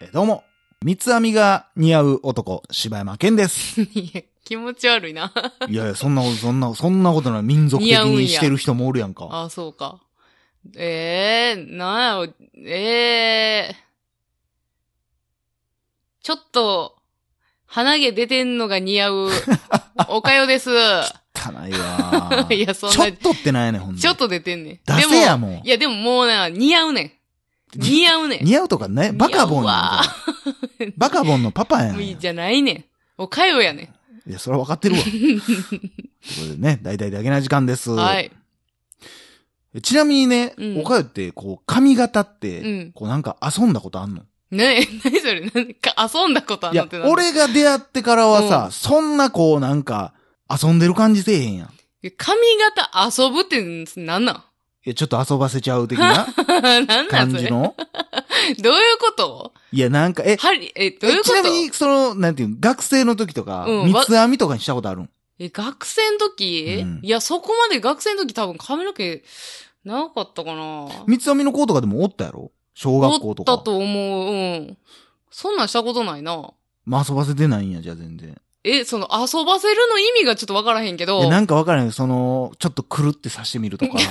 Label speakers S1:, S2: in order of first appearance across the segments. S1: えどうも、三つ編みが似合う男、柴山健です。
S2: いや気持ち悪いな。
S1: いやいや、そんなこと、そんな、そんなことない。民族的
S2: 似合うん
S1: に
S2: や
S1: してる人もおるやんか。
S2: あ、そうか。ええなんやろ、ええちょっと、鼻毛出てんのが似合 う、おかよです。
S1: 汚いわ
S2: いやそんな
S1: ちょっとってないねん、ほん
S2: ちょっと出てんねん。
S1: 出
S2: でも
S1: せ、やもん
S2: い。やでももうな、似合うねん。似合うねん。
S1: 似合うとかね、バカボンや
S2: 似合うわ
S1: ん。バカボンのパパ やん。
S2: もうい
S1: い
S2: いじゃないねん。おかよやね
S1: や、それは分か ってるわ。と いうことでね、大体だけな時間です。
S2: ん。はい。
S1: ちなみにね、
S2: うん
S1: おかゆって、こう、髪型っ
S2: う
S1: て、
S2: ん。
S1: こうなんか遊んだことあんの
S2: ねえ、何それ、なんか遊んだことあ
S1: い
S2: んのっ
S1: や
S2: て、なんだ
S1: 俺が出会ってからは
S2: う
S1: さ、そんなこうなんか、遊んでる感じせえへんやん。い
S2: 髪型遊ぶってなんなん
S1: や、ちょっと遊ばせちゃう的な
S2: なんなん
S1: 感
S2: そ
S1: じ
S2: れ。
S1: の
S2: どういうこと
S1: いや、なんか、え、
S2: はり、え、どういう
S1: え
S2: こ
S1: ち
S2: と
S1: なみに、その、なんていうの学生の時とか、
S2: うん
S1: 三つ編みとかにしたことあるん
S2: え、学生の時、
S1: うん
S2: いや、そこまで学生の時多分髪の毛、なかったかな
S1: 三つ編みの子とかでもおったやろ小学校と
S2: おった
S1: か。
S2: と思う。うん。そんなんしたことないな。
S1: まあ、遊ばせてないんや、じゃあ全然。
S2: え、その、遊ばせるの意味がちょっとわからへんけ
S1: い
S2: ど。い
S1: や、
S2: や、
S1: なんかわからんよ。その、ちょっとくるってさしてみるとか。
S2: で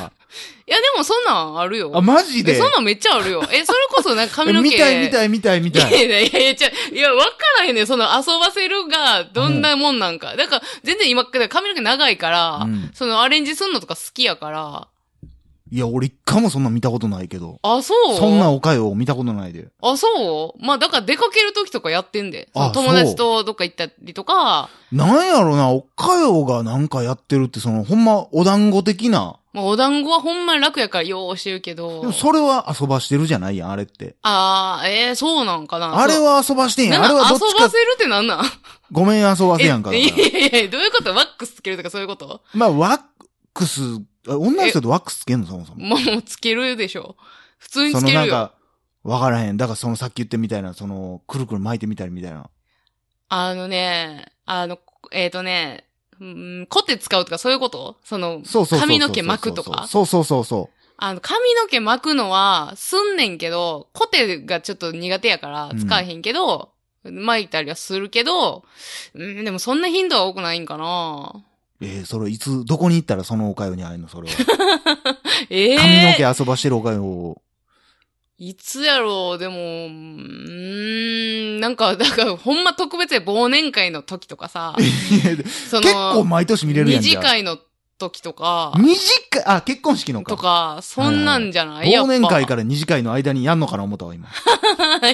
S2: もそんなんあるよ。
S1: あ、マジ
S2: え
S1: で
S2: そんなんめっちゃあるよ。え、それこそなんか髪の 毛。
S1: 見たい見
S2: い。
S1: たい見たい見たい。
S2: いやいやいや、ちゃいや、わからへんねん。その遊ばせるが、どんなもんなんか。だから、全然今、髪の毛長いから、
S1: うん
S2: そのアレンジすんのとか好きやから。
S1: いや、俺一回もそんなん見たことないけど。
S2: あ、そう
S1: そんなおかよを見たことないで。
S2: あ、そうまあ、だから出かけるときとかやってんで。そ
S1: あ
S2: の友達とどっか行ったりとか、
S1: なんやろな、おかよがなんかやってるって、その、ほんま、お団子的な。
S2: まあ、お団子はほんまに楽やからようしてるけ
S1: で
S2: ど
S1: も。それは遊ばしてるじゃないやん、あれって。
S2: ああ、ええそうなんかな。
S1: あれ
S2: そう
S1: は遊ばしてんや。
S2: なんん
S1: あ
S2: か
S1: れはどっち
S2: 遊ば
S1: か
S2: せ、るってなんなん
S1: ごめん遊ばせやんか。だ
S2: え
S1: から
S2: いやいやいや、どういうことワックスつけるとかそういうこと
S1: まあ、ワックス、あ女の人ってワックスつけんのそもそも。
S2: もうつけるでしょ。普通に
S1: そ
S2: つ
S1: の
S2: け
S1: なん
S2: るよ。
S1: か、わからへん。だからそのさっき言ってみたいな、その、くるくる巻いてみたりみたいな。
S2: あのね、あの、えっ、とね、うん、コテ使うとかそういうことその、
S1: そうそうそうそうそう。
S2: 髪の毛巻くとか
S1: そうそうそうそ
S2: あの、髪の毛巻くのは、すんねんけど、コテがちょっと苦手やから
S1: う、ん
S2: 使えへんけど、巻いたりはするけど、うん、でもそんな頻度は多くないんかな
S1: う。えー、それいつ、どこに行ったらそのおかよに会えるのそれは。
S2: ええ
S1: 髪の毛遊ばしてるおかよを。
S2: いつやろう、でも、うーん、なんか、だから、ほんま特別で忘年会の時とかさ、
S1: いやで
S2: そ
S1: 結構毎年見れるや
S2: 二
S1: んじ
S2: 次
S1: ゃん。
S2: 会の時とか、
S1: 二次会、あ、結婚式のか。
S2: とか、そんなんじゃない。
S1: 忘年会からら二次会の間にやんのかな思ったわ、今。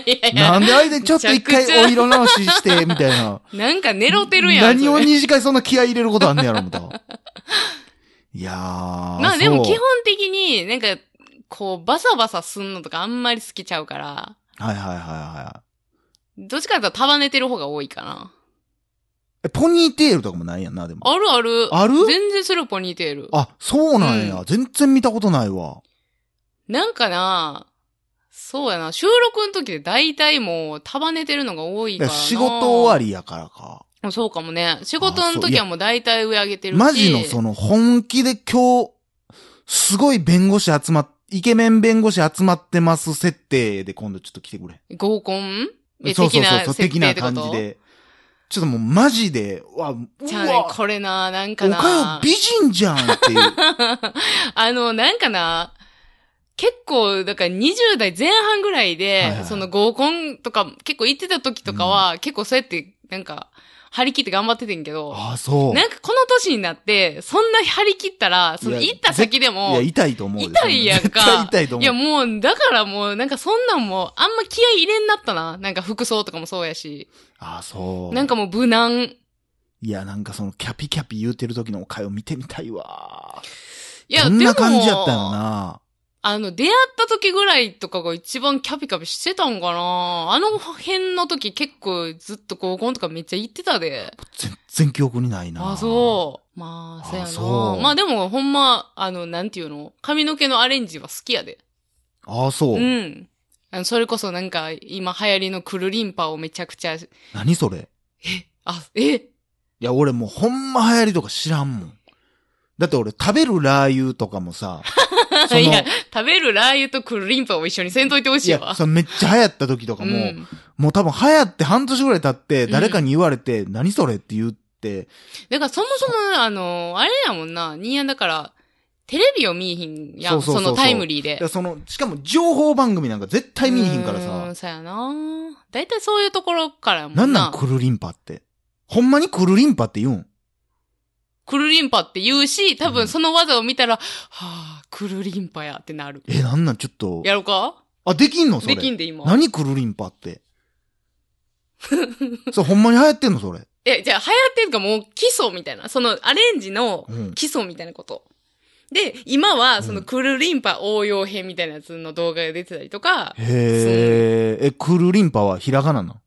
S2: いやい
S1: な
S2: や、
S1: んで間にちょっと一回お色直しして、みたいな。
S2: なんか寝ろてるやん。
S1: 何を
S2: それ
S1: 二次会そんな気合い入れることあんねやろ、思 ったわ。いやー。
S2: まあでも
S1: そう
S2: 基本的になんか、こう、バサバサすんのとかあんまり好きちゃうから、
S1: はいはいはいはい。
S2: どっちかというと束ねてる方が多いかな。
S1: え、ポニーテールとかもないやんな、でも。
S2: あるある。
S1: ある
S2: 全然するポニーテール。
S1: あ、そうなんや。全然見たことないわ。
S2: なんかな、そうやな、収録の時で大体もう束ねてるのが多い
S1: い
S2: か
S1: や
S2: らな。
S1: 仕事終わりやからか。
S2: り。そうかもね。仕事の時はもう大体上上げてるし。
S1: マジのその本気で今日、すごい弁護士集まっ、イケメン弁護士集まってます設定で今度ちょっと来てくれ。
S2: 合コンえ
S1: そうそうそうそう、
S2: 的
S1: 的
S2: な
S1: な
S2: 設定ってこと
S1: 感じで。ちょっともうマジで、うわ、う
S2: ちゃうね
S1: わ、、
S2: これな、なんか
S1: お
S2: な。
S1: かよ美人じゃんっていう。
S2: あの、なんかな、結構、だから20代前半ぐらいで、
S1: はいはい
S2: その合コンとか結構行ってた時とかは、結構そうやって、なんか、張り切って頑張っててんけど、
S1: ああ、そう。
S2: なんかこの年になって、そんな張り切ったら、その
S1: いや
S2: 行った先で
S1: いや、
S2: も、い
S1: 痛いと思うよ。
S2: 痛いやんか
S1: 絶対痛いと思う。
S2: やもう、だからもう、なんかそんなんも、あんま気合い入れんなったな。なんか服装とかもそうやし、
S1: ああ、そう。
S2: なんかもう無難。
S1: いや、なんかそのキャピキャピ言うてる時のおかよ見てみたいわ。
S2: いや、
S1: どん
S2: で
S1: な
S2: も
S1: 感じやったよな。
S2: あの、出会った時ぐらいとかが一番キャピキャピしてたんかなあの辺の時結構ずっと合コンとかめっちゃ行ってたで。
S1: 全然記憶にないな。
S2: あ、そう。まあ、そうや
S1: あそう
S2: な。まあでもほんま、あの、なんていうの髪の毛のアレンジは好きやで。
S1: ああ、そうう。
S2: ん。あのそれこそなんか今流行りのクルリンパをめちゃくちゃ、
S1: 何それ。
S2: あ、え
S1: いや、俺もうほんま流行りとか知らんもん。だって俺食べるラー油とかも さ、その
S2: いや、食べるラー油とクルリンパを一緒にせんといてほし
S1: い
S2: いわ
S1: や、。そのめっちゃ流行った時とかも、
S2: うん
S1: もう多分流行って半年ぐらい経って、誰かに言われて、何それって言って、
S2: だからそもそも、あの、あれやもんな、ニーヤンだから、テレビを見いひんやん、
S1: そうそうそうそう
S2: そのタイムリーで
S1: いや。その、しかも情報番組なんか絶対見えへんから
S2: うー
S1: さ
S2: ん、、そうやなだいたいそういうところからやもんな。
S1: なんなんクルリンパって。ほんまにクルリンパって言うん
S2: クルリンパって言うし、多
S1: うん
S2: 分その技を見たら、はあ、クルリンパやってなる。
S1: え、なんなんちょっと。
S2: やろうか
S1: あ、できんのそれ。
S2: できんで今。
S1: 何クルリンパ って。それほんまに流行ってんのそれ。
S2: え、じゃあ流行ってるかもう基礎みたいな。そのアレンジの
S1: うん。
S2: 基礎みたいなこと。で、今はそうの
S1: ん
S2: クルリンパ応用編みたいなやつの動画が出てたりとか、
S1: へーえ、クルリンパはひらがななん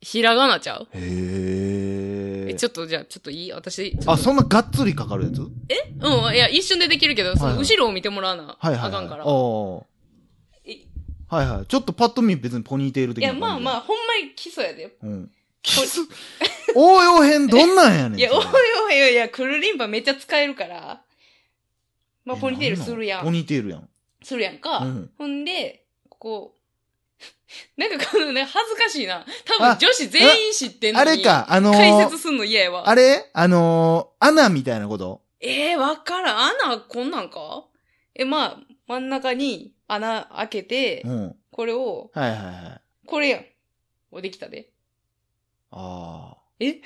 S2: ひらがなちゃう
S1: へ
S2: え、
S1: え。
S2: ちょっとじゃあ、ちょっといい私、ちょ
S1: あ、
S2: っと
S1: そんながっつりかかるやつ
S2: うん、いや、一瞬でできるけど、そ
S1: はい
S2: の
S1: はい
S2: 後ろを見てもらわな、
S1: はいはいはい。
S2: あかんから。
S1: おー
S2: えい
S1: はいはい。ちょっとパッと見別にポニーテール的な
S2: や、
S1: 感じ。
S2: まあまあ、ほんまに基礎やで。
S1: うん。
S2: 基礎
S1: 応用編どんなんやねん。
S2: いや、
S1: そ
S2: おい
S1: れ
S2: おいおい、いや、クルリンパめっちゃ使えるから。まあ、
S1: え
S2: ポニーテールするや。
S1: ななんポニーテールやん。
S2: するやんか。
S1: うん
S2: ほんで、こ う。なんかこのね、恥ずかしいな。多
S1: あ
S2: 分女子全員知ってんの
S1: あ
S2: に。
S1: れ。か、あのー
S2: 解説すんの嫌やわ。
S1: あれあのー、アナみたいなこと
S2: ええー、わからん。穴、こんなんかえ、まあ、真ん中に穴開けて
S1: う、ん。
S2: これを、
S1: はいはいはい。
S2: これやん。お、できたで。
S1: あ
S2: え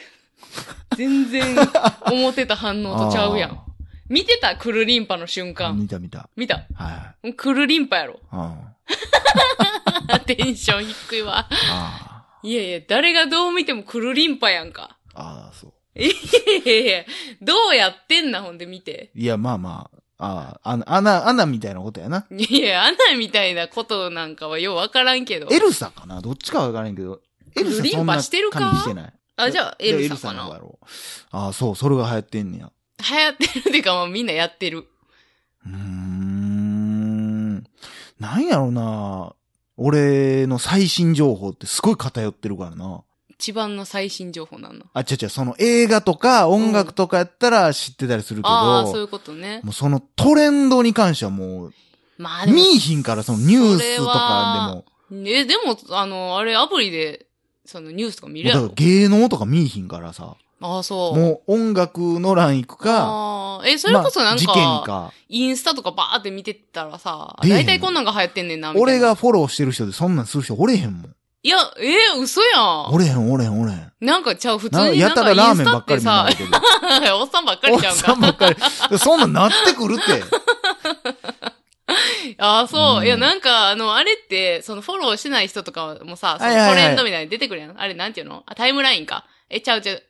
S2: 全然、思ってた反
S1: ー
S2: 応
S1: あー。
S2: とちゃうやん。見てたクルリンパの瞬間。
S1: 見た見た。
S2: 見た
S1: はいはい。
S2: クルリンパやろ。
S1: あ
S2: テンション低いわ。
S1: ーあ
S2: いやいや、誰がどう見てもクルリンパやんか。
S1: ー。ああ、そう。
S2: いやいやいや、どうやってんな、ほんで見て。
S1: いや、まあまあ。ああ、あの、アナ、アナみたいなことやな。
S2: いやいや、アナみたいなことなんかはようわからんけど。
S1: エルサかなどっちかはわからんけど。エルサ
S2: クルリ
S1: そん
S2: ン
S1: な
S2: パ
S1: 感
S2: してるか
S1: じしてない。
S2: あ、じゃあ、エルさんか
S1: いやエルサの方
S2: な
S1: や。ろああ、そう、それが流行ってんねや。
S2: 流行ってるっていうか、まあみんなやってる。
S1: うーん。なんやろな俺の最新情報ってすごい偏ってるからな。
S2: 一番の最新情報なんの。
S1: あ、ちゃちゃ、その映画とか音楽とかやったら知ってたりするけど、
S2: ああ、そういうことね。
S1: もうそのトレンドに関してはもう、
S2: まあでも。
S1: 見いひんからそのニュースとかでも、
S2: え、でも、あの、あれ、アプリで、そのニュースとか見
S1: もう
S2: るや
S1: だから
S2: ろ。
S1: 芸能とか見いひんからさ、
S2: ああ、そう。
S1: もう音楽の欄行くか、
S2: ああ、え、それこそなんか、
S1: まあ事件か、
S2: インスタとかバーって見てたらさ、
S1: 出えへん
S2: 大体こんなんが流行ってんねんな、みたいな。
S1: 俺。がフォローしてる人でそんなんする人おれへんもん。
S2: いや、えー嘘やん。
S1: おれへんおれへんおれへん。
S2: なんかちゃう、普通
S1: な
S2: にな
S1: や
S2: ん
S1: た
S2: からイ
S1: ラーメ
S2: ンス
S1: ン
S2: タ
S1: ばっ
S2: っ
S1: か
S2: て
S1: り見ら
S2: さ
S1: れ、てる。
S2: おっさんばっかりちゃ
S1: お
S2: う
S1: っ
S2: ん
S1: さ
S2: か
S1: ん。ばっかり。そんなんなってくるって。
S2: ああ、そう。
S1: うん
S2: いや、なんか、あの、あれって、そのフォローしてない人とかもさ、そ
S1: は
S2: の
S1: いはいはい
S2: トレンドみたいに出てくるやん。あれ、なんていうのあ、タイムラインか。え、ちゃうちゃう。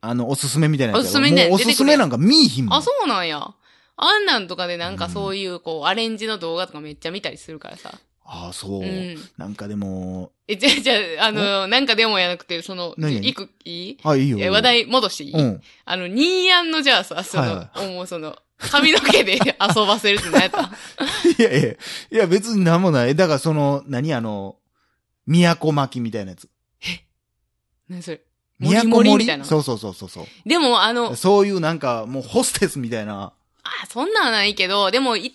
S1: あの、おすすめみたいなやつやろ
S2: おすすめね
S1: もうおすすめなんか見いひんもん。
S2: あ、そうなんや。あんなんとかでなんかそういう、こう、アレンジの動画とかめっちゃ見たりするからさ。
S1: ああ、そうう。
S2: ん。
S1: なんかでも、
S2: え、じゃあ、じゃあ、あの、なんかでもやなくて、その、
S1: 何々
S2: いく、いい
S1: あ、いいよ。いい
S2: え、
S1: よ
S2: 話。題戻していい、
S1: うん。
S2: あの、ニーヤンのじゃあさ、その、
S1: は
S2: もうその、髪の毛で 遊ばせるって何やった
S1: いやいや、いや別になんもない。だからその、何あの、都巻きみたいなやつ。
S2: 何それもり
S1: 都
S2: もりみ
S1: 盛
S2: たいな
S1: り。。そうそうそうそうそう。
S2: でも、あの、
S1: そういうなんか、もうホステスみたいな。
S2: あ、そんなんはないけど、でも一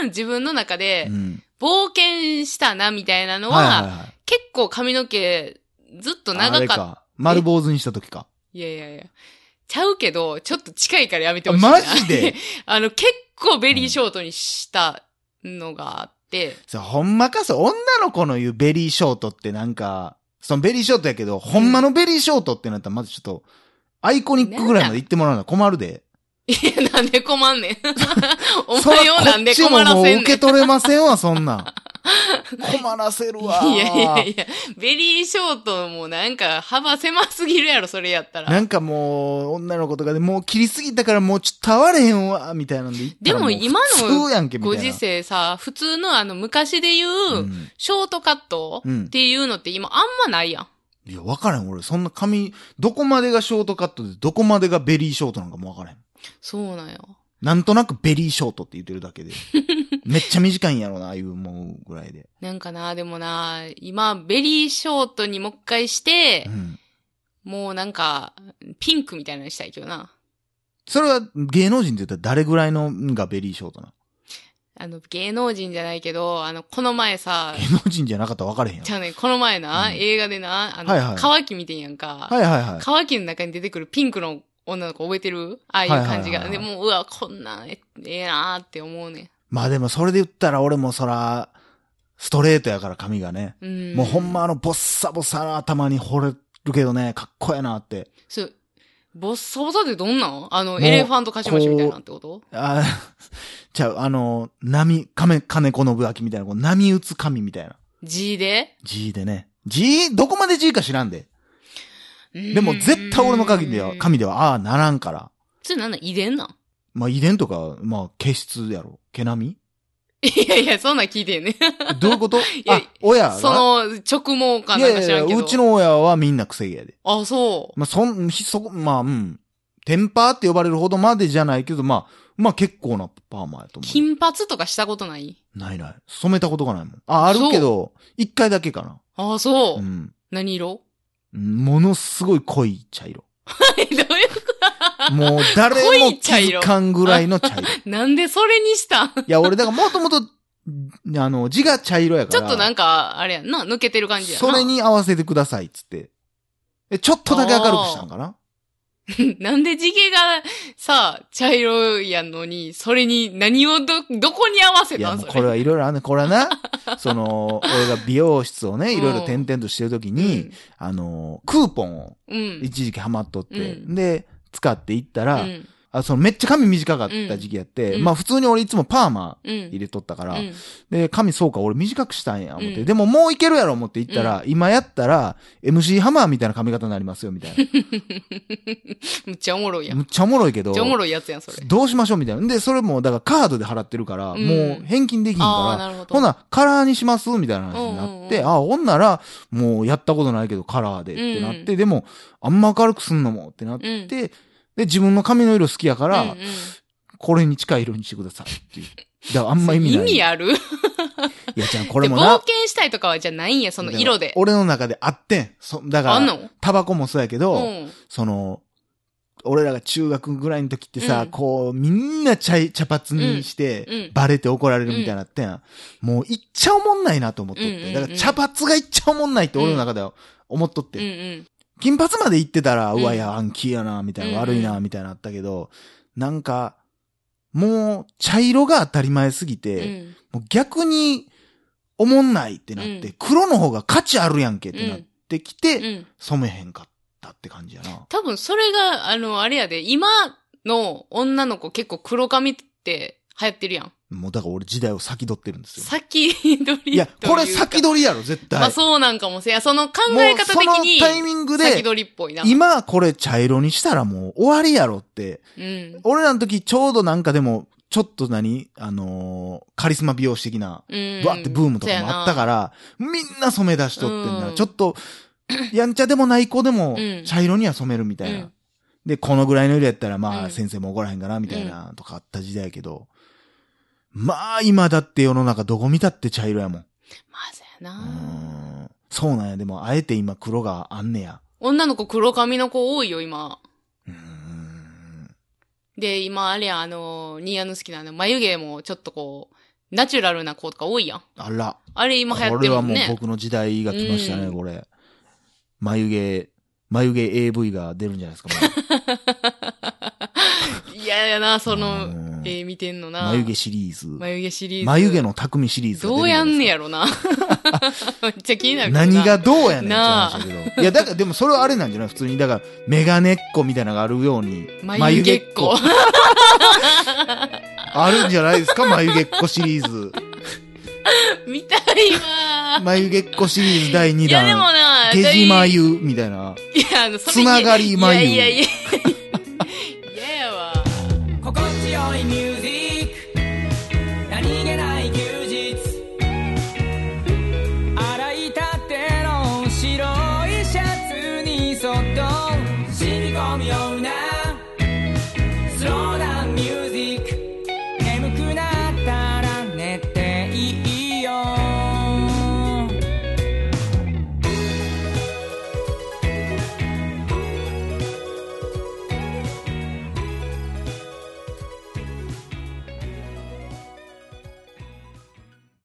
S2: 番自分の中で
S1: う、ん。
S2: 冒険したな、みたいなのは、
S1: はいはいはい。
S2: 結構髪の毛、ずっと
S1: あ
S2: 長
S1: れ
S2: かった。
S1: か。丸坊主にした時か。
S2: いやいやいや。ちゃうけど、ちょっと近いからやめて
S1: あ
S2: ほしいな。
S1: マジで
S2: あの、結構ベリーショートにしたのがあって、
S1: それほんまかそう、女の子の言うベリーショートってなんか、そのベリーショートやけど、ほんまのベリーショートってなったらまずちょっと、アイコニックぐらいまで言ってもらうのは困るで。
S2: いや、なんで困んね ん。お
S1: そら
S2: 前をなんで困ら
S1: こっちもも
S2: せ
S1: うん受
S2: ね
S1: け。
S2: ん
S1: 取れませんわ、そんなん。 困らせるわ。
S2: いやいやいや、ベリーショートもなんか幅狭すぎるやろ、それやった
S1: な
S2: ら。
S1: んかもう、女の子とかでもう切りすぎたからもうちょっとたわれへんわ、みたいなんで言ったら
S2: でも
S1: う
S2: 今の
S1: 普通やんけ、みたい
S2: ご
S1: な。
S2: 時世さ、普通のあの昔で言う、
S1: うん
S2: ショートカット
S1: うん
S2: っていうのって今あんまないやん。
S1: いや、わからん。俺、そんな髪、どこまでがショートカットで、どこまでがベリーショートなんかもわからん。
S2: そうなんよ。
S1: なんとなくベリーショートって言ってるだけ で。めっちゃ短いんやろな、ああいう思うぐらいで。
S2: なんかな、でもな、今、ベリーショートにもう一回して
S1: う、ん。
S2: もうなんか、ピンクみたいなのにしたいけどな。
S1: それは芸能人って言ったら誰ぐらいのがベリーショートな
S2: あの、芸能人じゃないけど、あの、この前 さ
S1: の、芸能人じゃなかったら分かれへんやん。
S2: じゃあね、この前な、
S1: うん
S2: 映画でな、あの、
S1: はいはい
S2: 乾き見てんやんか。
S1: はいはいはい。
S2: 乾きの中に出てくるピンクの女の子覚えてるああいう感じ
S1: はいは
S2: が。
S1: い
S2: で
S1: はい
S2: もう、うわ、こんなん、えええなーって思うね
S1: まあでもそれで言ったら俺もそら、ストレートやから髪がね。
S2: ん。うん。
S1: もうほんまあのボッサボサの頭に惚れるけどね、かっこやなって。
S2: そう。ボッサボサってどんなんあの、
S1: う
S2: エレファントカシマシみたいなってこと
S1: あ ーじゃあ、あの、波、亀、金子信明みたいな、こう波打つ神みたいな。
S2: ?G で
S1: G でね。G? どこまで G か知らんで。で
S2: で
S1: も絶対俺の神では、神では、ああー、ならんから。
S2: それなんだ遺伝なん
S1: まあ遺伝とか、まあ毛質やろ。毛並
S2: いやいや、そんなん聞いてんね。
S1: みどういう こと
S2: や
S1: あ、親が
S2: その、直毛か
S1: い
S2: なん
S1: や
S2: か
S1: い
S2: 知
S1: や
S2: ら
S1: い
S2: んけ
S1: や、
S2: ど。
S1: うちの親はみんな癖毛やで。
S2: あ、そう。
S1: まあ、そん、ひそこ、まあ、うん。テンパーって呼ばれるほどまでじゃないけど、まあ、まあ結構なパーマやと思。
S2: 金髪とかしたことないう
S1: ないない。染めたことがないもん。あ、あるけど、一回だけかな。
S2: あ、そう。
S1: うん。
S2: 何色
S1: ものすごい濃い茶色。
S2: どういう
S1: もう誰
S2: 濃
S1: も
S2: い
S1: 気
S2: 茶色
S1: づかんぐらいの 茶色。い
S2: なんでそれにしたん
S1: や、俺、だからもともと、あの、字が茶色やか
S2: ち
S1: ら。
S2: ょっとなんか、あれやんな、抜けてる感じやな。
S1: それに合わせてください、つって。え、ちょっとだけ明るくしたんかな
S2: なんで地毛がさ、茶色やのに、それに何をど、どこに合わせ
S1: い
S2: た
S1: や、
S2: ん
S1: もう
S2: それ。
S1: これはいろいろあんねんこれは な、その、俺が美容室をね、いろいろ転々としてるときに、あの、クーポンを
S2: うん。うん。
S1: 一時期ハマっとって、
S2: うん
S1: で、使っていったら、
S2: うん。
S1: あそのめっちゃ髪短かった時期やって、
S2: うん
S1: まあ普通に俺いつもパーマ
S2: うん。
S1: 入れとったから、
S2: うん
S1: で、髪そうか、俺短くしたんや、思って、
S2: うん
S1: でももういけるやろ、思って行ったら、今やったら、MC ハマーみたいな髪型になりますよ、みたい
S2: むっちゃおもろい
S1: な。
S2: やん。む
S1: むっちゃおもろいけど
S2: っち、ゃおもろいやつやん、それ。
S1: どうしましょう、みたいな。で、それも、だからカードで払ってるから、
S2: うん
S1: もう返金できひん
S2: ああー、
S1: から、
S2: なるほど。
S1: ほな、カラーにしますみたいな話になって、
S2: うんうんうん
S1: あ、ほんなら、もうやったことないけどカラーでってなって、でも、あんま明るくすんのもってなって、
S2: うん
S1: で、自分の髪の色好きやから、
S2: うんうん
S1: これに近い色にしてくださいっていう。だからあんま意味ない。
S2: 意味ある
S1: いや、じゃあこ
S2: で
S1: れも
S2: 冒
S1: な。
S2: 険したいとかはじゃないんや、その色で。
S1: 俺の中であってん。そだ
S2: あ
S1: か
S2: んの
S1: ら、タバコもそうやけど、
S2: うん。
S1: その、俺らが中学ぐらいの時ってさ、
S2: うん
S1: こう、みんな茶い茶髪にして、
S2: うんうん
S1: バレて怒られるみたいになってん、もういっちゃおもんないなと思っとって。
S2: うんうんうん
S1: だから茶髪がいっちゃおもんないって俺の中では思っとっ
S2: う
S1: て。
S2: んうん。
S1: 金髪まで行ってたら、
S2: う
S1: うんわ、や、暗記やな、みたいな、
S2: うんうん
S1: 悪いな、みたいなあったけど、なんか、もう、茶色が当たり前すぎ
S2: う
S1: て、
S2: ん。
S1: もう逆に、おもんないってなって、
S2: うん
S1: 黒の方が価値あるやんけってなってきて、
S2: うん。
S1: 染めへんかったって感じやな。
S2: 多分それが、あの、あれやで、今の女の子結構黒髪って流行ってるやん。
S1: もうだから俺時代を先取ってるんですよ。
S2: 先取りというか。
S1: いや、これ先取りやろ、絶対。
S2: まあそうなんかもせや。その考え方的
S1: もうそのタイ
S2: に、
S1: ミング
S2: 先
S1: で、
S2: 取りっぽいな。
S1: 今これ茶色にしたらもう終わりやろって。
S2: うん。
S1: 俺らの時ちょうどなんかでも、ちょっと何あのーカリスマ美容師的な、
S2: うん。
S1: ブワってブームとかもあったから、みんな染め出しとってんな、
S2: うん
S1: ちょっ と、やんちゃでもない子でも
S2: うん、
S1: 茶色には染めるみたいな。
S2: うん
S1: で、このぐらいの色やったら、ま
S2: う
S1: あ、
S2: ん
S1: 先生も怒らへんかな、みたいな、とかあった時代やけど。まあ、今だって世の中どこ見たって茶色やもん。
S2: まあそうや
S1: う
S2: な。
S1: ん。そうなんや。でも、あえて今黒があんねや。
S2: 女の子黒髪の子多いよ、今。
S1: うん。
S2: で、今あれや、あの、ニーヤの好きなあの、眉毛もちょっとこう、ナチュラルな子とか多いやん。
S1: あら。
S2: あれ今流行っ
S1: こ
S2: て
S1: れ
S2: るも
S1: は
S2: ん
S1: もう
S2: ね。
S1: 僕の時代が来ましたね、
S2: うん
S1: これ。眉毛、眉毛 AV が出るんじゃないですか、も う
S2: いややな、そうの、
S1: ん
S2: えー、見てんのな。
S1: 眉毛シリーズ。
S2: 眉毛シリーズ。
S1: 眉毛の匠シリーズが
S2: ど
S1: 出
S2: う
S1: るじ
S2: や
S1: ゃなんい
S2: ね
S1: です
S2: やろな。 めっちゃ気にな
S1: か
S2: るけどな。
S1: 何がどうやねんって
S2: なあ
S1: 話だけど。いや、だから、でもそれはあれなんじゃない普通に、だから、メガネっ子みたいなのがあるように。
S2: 眉毛っ子。
S1: あるんじゃないですか眉毛っ子シリーズ。
S2: 見たいわー。
S1: 眉毛っ子シリーズ第2
S2: いやでも
S1: 弾。
S2: な、
S1: ゲジ
S2: だい
S1: 眉みたいな。
S2: いや、あの、それ
S1: つながり眉
S2: いやいやいやい